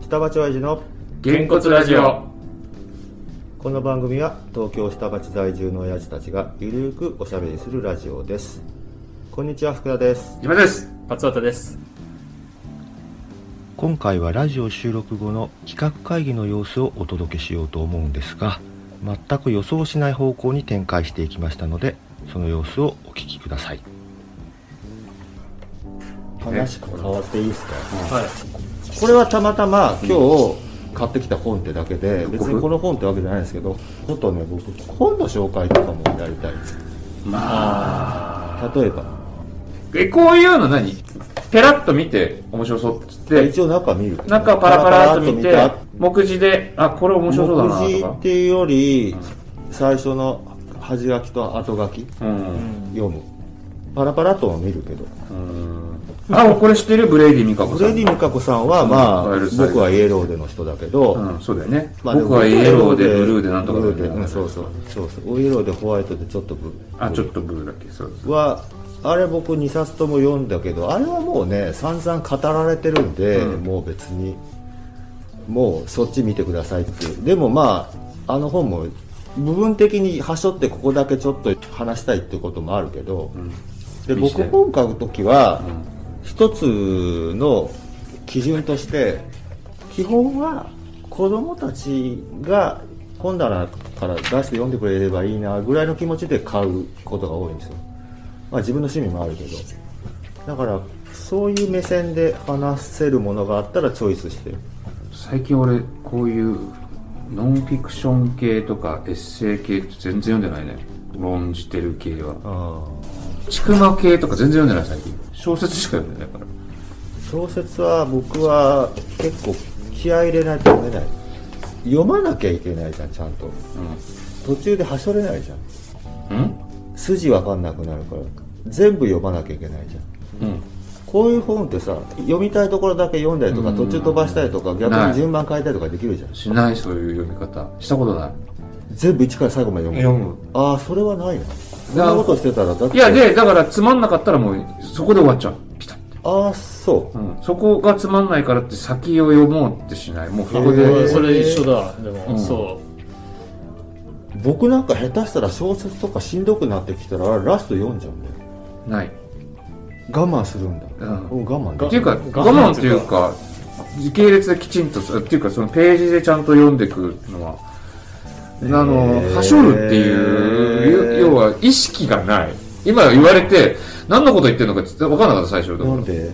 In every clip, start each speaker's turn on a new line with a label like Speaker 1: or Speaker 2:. Speaker 1: 下町親父の
Speaker 2: げんこつラジオ
Speaker 1: この番組は東京下町在住の親父たちがゆるーくおしゃべりするラジオですこんにちは福田です
Speaker 2: 今です
Speaker 3: 松尾です
Speaker 1: 今回はラジオ収録後の企画会議の様子をお届けしようと思うんですが全く予想しない方向に展開していきましたのでその様子をお聞きください話変わっていいですか
Speaker 3: はい
Speaker 1: これはたまたま今日買ってきた本ってだけで、別にこの本ってわけじゃないんですけどちょっとね僕本の紹介とかもやりたいまあ例えば
Speaker 2: えこういうの何ペラッと見て面白そうっつって
Speaker 1: 一応中見る
Speaker 2: 中パラパラっと見
Speaker 1: パ
Speaker 2: て
Speaker 1: ラパラっ
Speaker 2: 目次であこれ面白そうだな
Speaker 1: 目次
Speaker 2: と
Speaker 1: っ
Speaker 2: か
Speaker 1: ていうより最初の端書きと後書き
Speaker 2: うん
Speaker 1: 読むパラパラっとは見るけど
Speaker 2: うんあこれ知ってるブレイディ・ミカコ
Speaker 1: フ
Speaker 2: さん
Speaker 1: レディ・ミカコさんはまあ
Speaker 2: うん
Speaker 1: 僕はイエローでの人だけど、
Speaker 2: うん、そうだよね、
Speaker 1: まあ
Speaker 2: 僕はイエローでブルーでなんとか
Speaker 1: ブ
Speaker 2: だ
Speaker 1: ル
Speaker 2: よ
Speaker 1: ー
Speaker 2: ね
Speaker 1: でうんそうそうそうそうイエローでホワイトでちょっとブルー
Speaker 2: あちょっとブルーだっけそうです
Speaker 1: はあれ僕2冊とも読んだけどあれはもうね散々語られてるんで、
Speaker 2: うん
Speaker 1: もう別にもうそっち見てくださいっていうでもまああの本も部分的に端折ってここだけちょっと話したいっていうこともあるけど、で
Speaker 2: いいっす
Speaker 1: 僕
Speaker 2: ね
Speaker 1: 本買う時は一つの基準として基本は子供たちが本棚から出して読んでくれればいいなぐらいの気持ちで買うことが多いんですよ、まあ、自分の趣味もあるけどだからそういう目線で話せるものがあったらチョイスしてる
Speaker 2: 最近俺こういうノンフィクション系とかエッセイ系って全然読んでないね論じてる系は
Speaker 1: あ
Speaker 2: ちくま系とか全然読んでない最近小説しか読んでないから
Speaker 1: ー小説は僕は結構気合い入れないと読めない読まなきゃいけないじゃんちゃんと途中ではしょれないじゃん
Speaker 2: うん
Speaker 1: 筋わかんなくなるから全部読まなきゃいけないじゃん
Speaker 2: うんうん
Speaker 1: こういう本ってさ読みたいところだけ読んだりとか
Speaker 2: うん
Speaker 1: 途中飛ばしたりとか逆
Speaker 2: な
Speaker 1: に
Speaker 2: い
Speaker 1: 順番変えたりとかできるじゃん
Speaker 2: しないそういう読み方したことない
Speaker 1: 全部一から最後まで読む
Speaker 2: む
Speaker 1: ああそれはないなそんなことしてたらだって
Speaker 2: いやでだからつまんなかったらもうそこで終わっちゃうピタッて、
Speaker 1: ああそう
Speaker 2: うん、そこがつまんないからって先を読もうってしないもうそこで、
Speaker 1: へー
Speaker 3: それ一緒だでも、
Speaker 2: うん
Speaker 3: そ
Speaker 1: 僕なんか下手したら小説とかしんどくなってきたらラスト読んじゃうんだよ
Speaker 2: ない
Speaker 1: 我慢するんだ、
Speaker 2: うん
Speaker 1: お我慢
Speaker 2: っ
Speaker 1: だ
Speaker 2: ていうか我慢っていうか時系列できちんとっていうかそのページでちゃんと読んでいくのはあの
Speaker 1: へー
Speaker 2: はしょるっていう要は意識がない今言われて何のこと言ってるのか分かんなかった最初だか
Speaker 1: な
Speaker 2: ら
Speaker 1: んで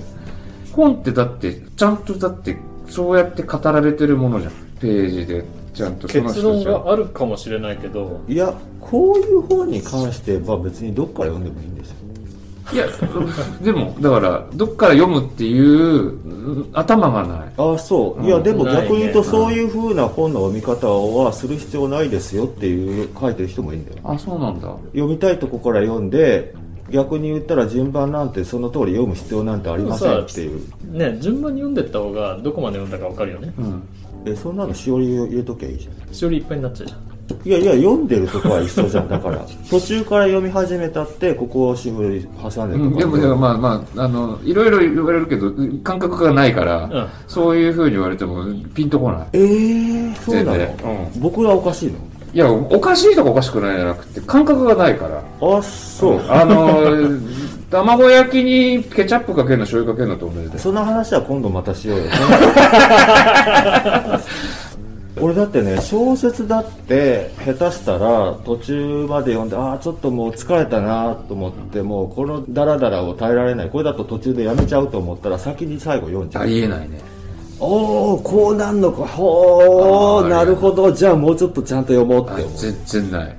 Speaker 2: 本ってだってちゃんとだってそうやって語られてるものじゃんページでちゃんと
Speaker 3: う
Speaker 2: その
Speaker 3: 結
Speaker 2: 人
Speaker 3: 論
Speaker 2: じゃん
Speaker 3: があるかもしれないけど
Speaker 1: いやこういう本に関しては別にどっから読んでもいいんですよ
Speaker 2: いやでもだからどっから読むっていううん頭がない
Speaker 1: ああそうい
Speaker 2: うん
Speaker 1: やでも
Speaker 3: ないね
Speaker 1: 逆に言うと
Speaker 2: うん
Speaker 1: そういう風な本の読み方はする必要ないですよっていう書いてる人もいるんだよ
Speaker 2: あそうなんだ
Speaker 1: 読みたいとこから読んで逆に言ったら順番なんてその通り読む必要なんてありませんっていう
Speaker 3: ね順番に読んでった方がどこまで読んだか分かるよね
Speaker 2: うん
Speaker 1: えそんなのしおり入れときゃいいじゃん
Speaker 3: しおりいっぱいになっちゃうじゃん
Speaker 1: いやいや読んでるとこは一緒じゃんだから途中から読み始めたってここをしぶり挟んで
Speaker 2: う
Speaker 1: る
Speaker 2: ん、
Speaker 1: と
Speaker 2: で
Speaker 1: か、
Speaker 2: もでもまあまああのいろいろ言われるけど感覚がないから、
Speaker 3: ん
Speaker 2: そういうふうに言われてもピンとこない
Speaker 1: えー、そうな
Speaker 2: 全
Speaker 1: の、
Speaker 2: 然う
Speaker 1: 僕はおかしい
Speaker 2: いやおかしいとかおかしくないじゃなくて感覚がないから
Speaker 1: のあそう、
Speaker 2: あの卵焼きにケチャップかけるの醤油かけるのと同じです
Speaker 1: その話は今度またしよう よ俺だってね小説だって下手したら途中まで読んでああちょっともう疲れたなと思ってもうこのダラダラを耐えられないこれだと途中でやめちゃうと思ったら先に最後読んじゃう
Speaker 2: ありえないね
Speaker 1: おおこうなんのかほ
Speaker 2: あ
Speaker 1: ー
Speaker 2: ー
Speaker 1: なるほどじゃあもうちょっとちゃんと読もうっ
Speaker 2: あ
Speaker 1: て思う
Speaker 2: 全然ない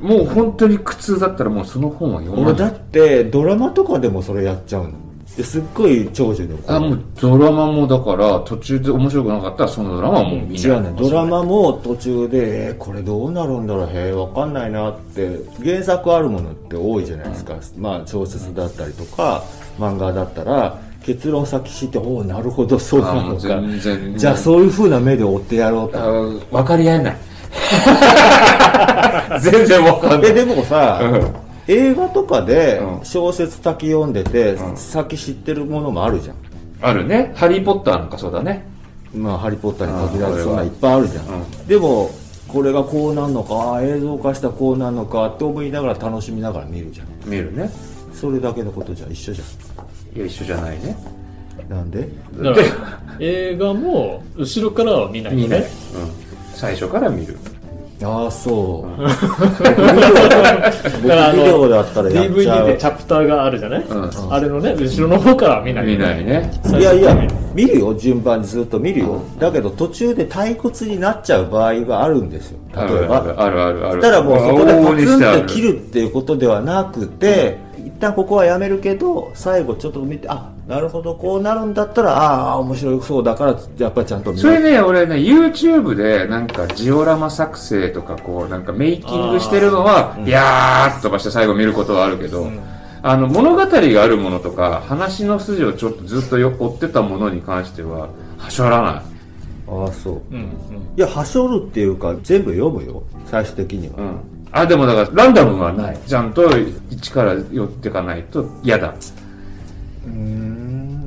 Speaker 2: もう本当に苦痛だったらもうその本は読ま
Speaker 1: 俺
Speaker 2: な
Speaker 1: だ
Speaker 2: い
Speaker 1: ってドラマとかでもそれやっちゃうのですっごい長寿で怒る
Speaker 2: あもうドラマもだから途中で面白くなかったらそのドラマはもう見ない
Speaker 1: 違うねドラマも途中で、えーこれどうなるんだろうへえわかんないなって原作あるものって多いじゃないですか、まあ小説だったりとか漫画だったら結論先知っておおなるほどそうな
Speaker 2: あも
Speaker 1: の
Speaker 2: う
Speaker 1: か
Speaker 2: 全然
Speaker 1: じゃあそういうふうな目で追ってやろうと
Speaker 2: 分かり合えない 全然分かんない
Speaker 1: えでもさ、
Speaker 2: うん
Speaker 1: 映画とかで
Speaker 2: うん
Speaker 1: 小説先読んでて、
Speaker 2: ん
Speaker 1: 先知ってるものもあるじゃん
Speaker 2: あるね「ハリー・ポッター」なんかそうだね
Speaker 1: まあ、ハリー・ポッターに限ら
Speaker 2: あーこれ
Speaker 1: ず
Speaker 2: は
Speaker 1: そんなんいっぱいあるじゃん、
Speaker 2: う
Speaker 1: でもこれがこうなんのかあー映像化したらこうなんのかって思いながら楽しみながら見るじゃん
Speaker 2: 見るね
Speaker 1: それだけのことじゃ一緒じ
Speaker 2: いや一緒じゃないね
Speaker 1: ゃんなんで
Speaker 3: だから映画も後ろからは見ない
Speaker 2: 見
Speaker 3: よ
Speaker 2: ない、うん
Speaker 3: ね、
Speaker 2: 最初から見る
Speaker 1: ああそう僕ビ
Speaker 3: だからあの
Speaker 1: デオだったらやっちゃ
Speaker 3: DVD で
Speaker 1: う
Speaker 3: チャプターがあるじゃない、
Speaker 2: うん
Speaker 3: あれのね後ろの方からは見ない
Speaker 2: 見ないね
Speaker 1: いやいや見るよ順番にずっと見るよだけど途中で退屈になっちゃう場合があるんですよ例
Speaker 2: ある
Speaker 1: え
Speaker 2: ある
Speaker 1: ば
Speaker 2: あるあるあ
Speaker 1: そし
Speaker 2: る
Speaker 1: たらもうそこで
Speaker 2: 往
Speaker 1: ポ
Speaker 2: 々に
Speaker 1: ツ
Speaker 2: してあ
Speaker 1: ンと切るっていうことではなくて一旦ここはやめるけど最後ちょっと見てあなるほどこうなるんだったらああ面白そうだからやっぱりちゃんと見
Speaker 2: それ
Speaker 1: る
Speaker 2: ね、俺ね、YouTube で、なんか、ジオラマ作成とか、こう、なんか、メイキングしてるのは、いやーっと飛ばして最後見ることはあるけど、あの、物語があるものとか、話の筋をちょっとずっとよ追ってたものに関しては、はしょらない。
Speaker 1: ああそう
Speaker 3: うんうん
Speaker 1: いやはしょるっていうか全部読むよ最終的には
Speaker 2: うん。あ、でもだから、ランダムはない。ちゃんと、一から寄ってかないと嫌だ。
Speaker 1: うーん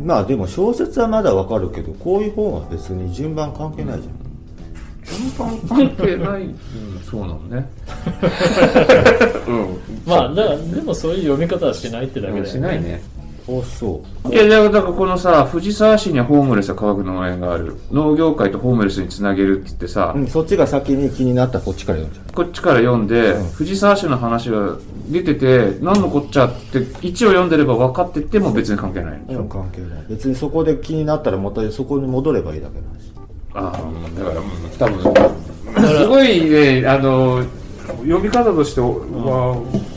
Speaker 1: まあでも小説はまだわかるけどこういう本は別に順番関係ないじゃん
Speaker 2: 順番関係ない。うん、そうなのね。 うん。
Speaker 3: まあだからでもそういう読み方はしないってだけだよね
Speaker 2: しないね。
Speaker 1: あそう
Speaker 2: いや、だからだからこのさ、藤沢市にはホームレスが乾く農園がある。農業界とホームレスにつなげるって言ってさ、
Speaker 1: うん、そっちが先に気になったらこっちから読んじゃ
Speaker 2: こっちから読んで、藤沢市の話が出てて、何のこっちゃって、一応読んでれば分かってても別に関係ないの。
Speaker 1: う、うん、関係ない別にそこで気になったらまたそこに戻ればいいだけだし
Speaker 2: ああ、だから、うん多分、すごいね、あの、読み方としては、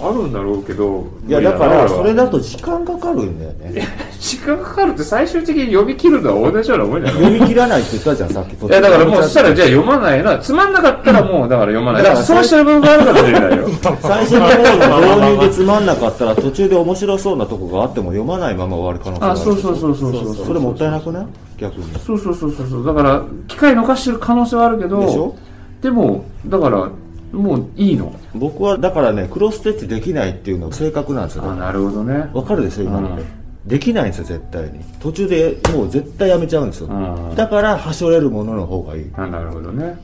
Speaker 2: あるんだろうけど、
Speaker 1: いやだか
Speaker 2: 無理な
Speaker 1: らそれ
Speaker 2: 俺は
Speaker 1: だと時間かかるんだよ ね
Speaker 2: 時間かかるって最終的に読み切るのは同じようなもんじゃない
Speaker 1: 読み切らないって言ったじゃんさっき
Speaker 2: いや、だからもう、そしたらじゃあ読まないな。つまんなかったらもう、だから読まない。だからそうしてる部分があるかもしれないよ。
Speaker 1: 最初の方の導入でつまんなかったら途中で面白そうなとこがあっても読まないまま終わる可能性があ
Speaker 2: あ、
Speaker 1: る
Speaker 2: そうそうそうそうそう
Speaker 1: それもったいなくない逆に
Speaker 2: そうそうそうそうそう。だから、機会逃してる可能性はあるけど、
Speaker 1: でしょ
Speaker 2: でも、だから、もういいの。
Speaker 1: 僕はだからねクロステッチできないっていうのが正確なんですよ
Speaker 2: あ、なるほどね。
Speaker 1: わかるでしょ今ので、
Speaker 2: うん
Speaker 1: できないんですよ絶対に途中でもう絶対やめちゃうんですよ、
Speaker 2: うん
Speaker 1: だからはしょれるものの方がいい
Speaker 2: あ、なるほどね。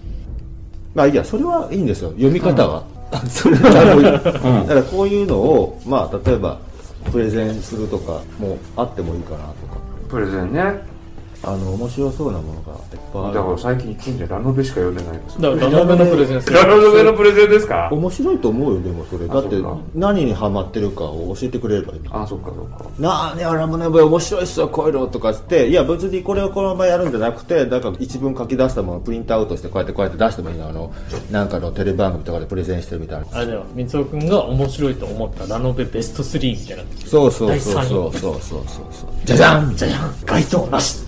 Speaker 1: まあいいやそれはいいんですよ読み方は、 それはもういいだからこういうのをまあ例えばプレゼンするとかもあってもいいかなとか
Speaker 2: プレゼンね。
Speaker 1: あの面白そうなものがいっぱ
Speaker 2: だ
Speaker 1: い
Speaker 2: か
Speaker 1: あ
Speaker 2: ら最近近所でラノベしか読んでないです。
Speaker 3: だからラノベのプレゼンす る
Speaker 2: ラノベのプレゼンですか
Speaker 1: る面白いと思うよでもそれだって
Speaker 2: そうか
Speaker 1: 何にハマってるかを教えてくれればいい
Speaker 2: あ、そっかそっか。
Speaker 1: なあねあれもね面白いっすよこういうのとかっていや別にこれをこのままやるんじゃなくてなんか一文書き出したものをプリントアウトしてこうやってこうやって出してもいいのあのなんかのテレビ番組とかでプレゼンしてるみたいな
Speaker 3: あれだよ三尾君が面白いと思ったラノベベスト3みたいな
Speaker 1: そうそうそう
Speaker 3: 第三位
Speaker 1: そうそうそうそうそうじゃじゃん
Speaker 3: じゃじゃん該当なし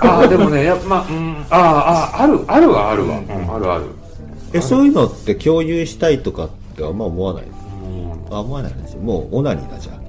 Speaker 2: あ、でもね、やっぱ、まあ、うん、あ、あ、ある、あるはあるわ。うん、あるある。
Speaker 1: えそういうのって共有したいとかってあんま思わない
Speaker 2: うん
Speaker 1: あ思わないですよもうオナニーだじゃん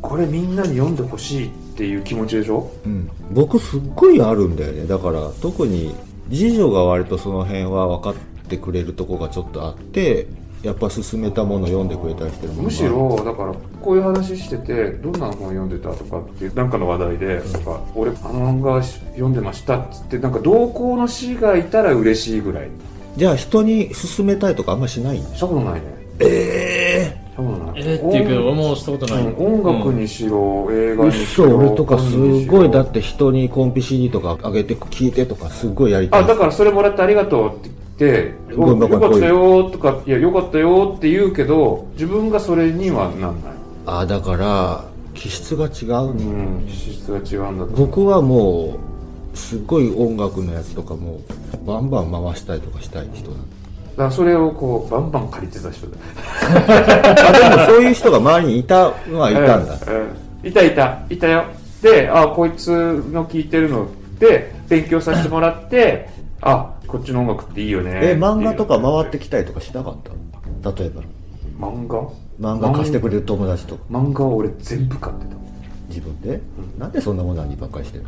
Speaker 2: これみんなに読んでほしいっていう気持ちでしょ
Speaker 1: うん僕すっごいあるんだよねだから特に次女が割とその辺は分かってくれるとこがちょっとあってやっぱ勧めたもの読んでくれたりしてるもん
Speaker 2: むしろだからこういう話しててどんな本読んでたとかっていうなんかの話題で、なんか俺あの漫画読んでましたっつってなんか同行の詩がいたら嬉しいぐらい
Speaker 1: じゃあ人に勧めたいとかあんましない
Speaker 2: したことないねええしたことない
Speaker 3: えー、っていうけど俺もしたことない、
Speaker 2: 音音楽にしろ、映画
Speaker 1: う
Speaker 2: に
Speaker 1: っ
Speaker 2: し
Speaker 1: そ
Speaker 2: ろ
Speaker 1: 俺とかすごいだってて人にコンピ CD とかあげて聞いてとかすごいやりた
Speaker 2: あ
Speaker 1: い
Speaker 2: だからそれもらってありがとうって言って「
Speaker 1: ごめ
Speaker 2: お
Speaker 1: んごめん
Speaker 2: よかったよ」とか「いやよかったよ」って言うけど自分がそれにはなんない
Speaker 1: あだから気質が違う
Speaker 2: う
Speaker 1: ね
Speaker 2: ん質が違うんだと思う
Speaker 1: 僕はもうすごい音楽のやつとかもバンバン回したりとかしたい人なんで
Speaker 2: だからそれをこうバンバン借りてた人だ
Speaker 1: あでもそういう人が周りにいたのはいたんだ、
Speaker 2: うんいたいたいたよであこいつの聞いてるので勉強させてもらってあこっちの音楽っていいよね
Speaker 1: え漫画とか回って
Speaker 2: き
Speaker 1: きたりとかしなかった例えば
Speaker 2: 漫画
Speaker 1: 漫画貸してくれる友達とか
Speaker 2: 漫画を俺全部買って
Speaker 1: 自分で、なんでそんなものにばっかりしてる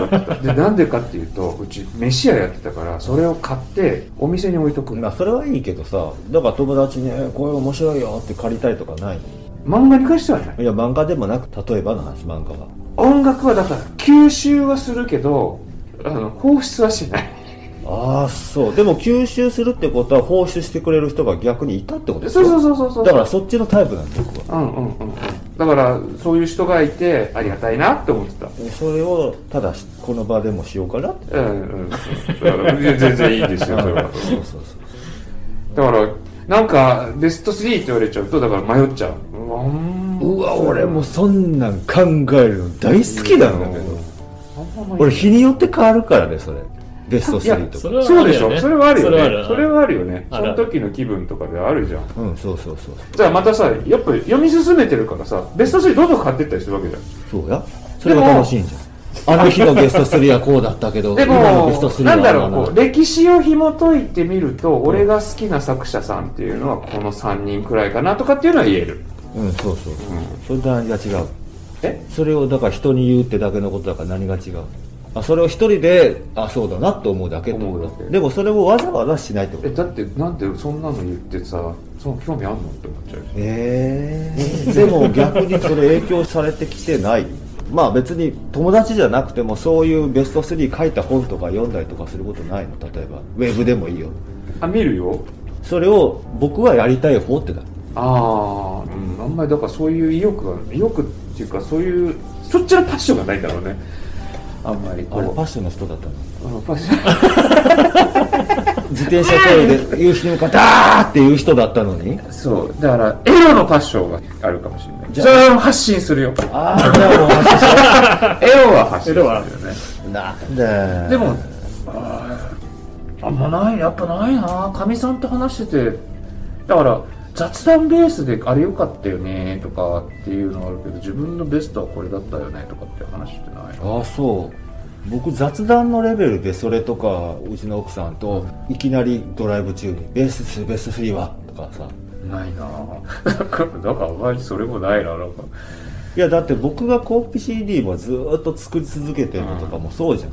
Speaker 1: の
Speaker 2: た でなんでかっていうとうち飯屋やってたからそれを買ってお店に置いとく
Speaker 1: まあそれはいいけどさだから友達にえ「これ面白いよ」って借りたりとかない
Speaker 2: 漫画に関してはない
Speaker 1: いや漫画でもなく例えばの話漫画は
Speaker 2: 音楽はだから吸収はするけどあの放出はしない
Speaker 1: ああそうでも吸収するってことは放出してくれる人が逆にいたってことです
Speaker 2: そう
Speaker 1: よ
Speaker 2: そうそうそうそう
Speaker 1: だからそっちのタイプなんです僕は
Speaker 2: うんうんうんうんだからそういう人がいてありがたいなって思ってた
Speaker 1: それをただしこの場でもしようかなって
Speaker 2: うんうんだから全然いいですよそれは
Speaker 1: そうそうそう
Speaker 2: だからなんかベスト3って言われちゃうとだから迷っちゃううわうん
Speaker 1: うわ俺もそんなん考えるの大好きだ
Speaker 2: う
Speaker 1: の
Speaker 2: んあんまり
Speaker 1: 俺日によって変わるからねそれベスト
Speaker 2: いや
Speaker 1: 3と
Speaker 3: そ
Speaker 1: か
Speaker 3: れはあ
Speaker 2: そう
Speaker 3: るよね
Speaker 2: でしょそれはあるよねそ
Speaker 3: そ
Speaker 2: れ
Speaker 3: れ
Speaker 2: は
Speaker 3: は
Speaker 2: あるよね
Speaker 3: あ
Speaker 2: そ
Speaker 3: る
Speaker 2: の
Speaker 3: ある
Speaker 2: 時の気分とかであるじゃん
Speaker 1: うんそうそうそう
Speaker 2: じゃあまたさやっぱ読み進めてるからさベスト3どんどん買ってったりするわけじゃん
Speaker 1: そうやそれが楽しいんじゃんあの日のベスト3はこうだったけど
Speaker 2: で
Speaker 1: 今のベスト
Speaker 2: も
Speaker 1: 3は
Speaker 2: なんだろ
Speaker 1: あ
Speaker 2: う
Speaker 1: の
Speaker 2: こう歴史を紐解いてみると俺が好きな作者さんっていうのはこの3人くらいかなとかっていうのは言える
Speaker 1: うんそうそうそう、それと何が違う
Speaker 2: え
Speaker 1: それをだから人に言うってだけのことだから何が違うあそれを一人であそうだなと思うだけってこと
Speaker 2: 思うだけ
Speaker 1: でもそれをわざわざしないってこ
Speaker 2: え
Speaker 1: と
Speaker 2: だってなんでそんなの言ってさその興味あんのって思っちゃう
Speaker 1: ええでも逆にそれ影響されてきてないまあ別に友達じゃなくてもそういうベスト3書いた本とか読んだりとかすることないの例えばウェブでもいいよ
Speaker 2: あ見るよ
Speaker 1: それを僕はやりたい方ってだ
Speaker 2: ああ、うん、あんまりだからそういう意欲が意欲っていうかそういうそっちのパッションがないんだろうねあんまり
Speaker 1: あれパ
Speaker 2: こ
Speaker 1: ッションの人だったの
Speaker 2: ううんパッション
Speaker 1: 自転車トイレで夕日に向かってあーっていう人だったのに
Speaker 2: そうだからエロのパッションがあるかもしれない
Speaker 1: じゃ
Speaker 2: それは発信するよエロ
Speaker 1: ああじゃあもう発車
Speaker 2: は発信する
Speaker 3: エロ
Speaker 2: よ
Speaker 3: は
Speaker 2: ね
Speaker 1: なんだよ
Speaker 2: でもあーあんまないやっぱないなかみさんと話しててだから雑談ベースであれ良かったよねとかっていうのはあるけど自分のベストはこれだったよねとかって話ってない
Speaker 1: ああそう僕雑談のレベルでそれとかうちの奥さんといきなりドライブ中に「ベース2ベース3は?」とかさ
Speaker 2: ないなぁだからだからあまりそれもないななんか
Speaker 1: いやだって僕がコーピ CD もずーっと作り続けてるのとかもそうじ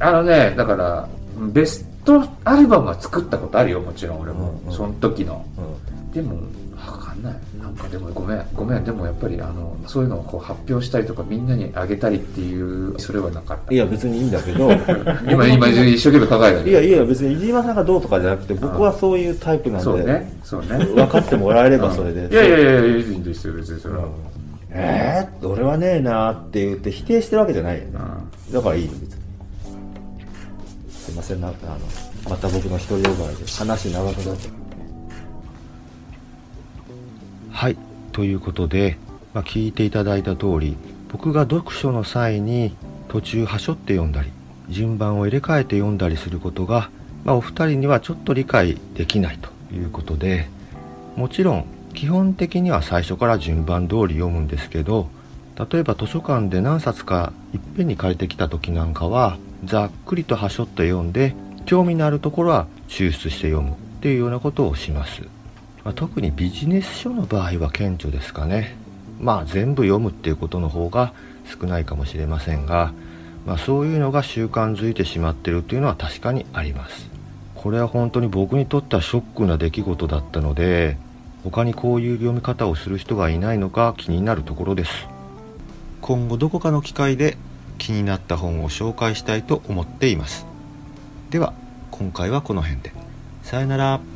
Speaker 1: ゃん、
Speaker 2: あのねだからベストアルバムは作ったことあるよもちろん俺も、
Speaker 1: うんうん
Speaker 2: その時の
Speaker 1: うん
Speaker 2: でもわかんないなんかでもごめんごめんでもやっぱりあのそういうのをこう発表したりとかみんなにあげたりっていうそれはなかった
Speaker 1: いや別にいいんだけど
Speaker 2: 今今一生懸命考えた
Speaker 1: いやいや別に飯島さんがどうとかじゃなくて僕はそういうタイプなんで
Speaker 2: そうねそうね
Speaker 1: 分かってもらえればそれで、
Speaker 2: うん いやいやいやいいんですよ別にそれは、
Speaker 1: えー、俺はねえなーって言って否定してるわけじゃないよね
Speaker 2: うん
Speaker 1: だからいいよ別にすいませんなんかあのまた僕の一人呼ばわりで話長くなっちゃうはいということで、まあ、聞いていただいた通り僕が読書の際に途中端折って読んだり順番を入れ替えて読んだりすることが、まあ、お二人にはちょっと理解できないということでもちろん基本的には最初から順番通り読むんですけど例えば図書館で何冊かいっぺんに借りてきた時なんかはざっくりと端折って読んで興味のあるところは抽出して読むっていうようなことをします、まあ特にビジネス書の場合は顕著ですかねまあ全部読むっていうことの方が少ないかもしれませんが、まあ、そういうのが習慣づいてしまってるというのは確かにありますこれは本当に僕にとってはショックな出来事だったので他にこういう読み方をする人がいないのか気になるところです今後どこかの機会で気になった本を紹介したいと思っていますでは今回はこの辺でさよなら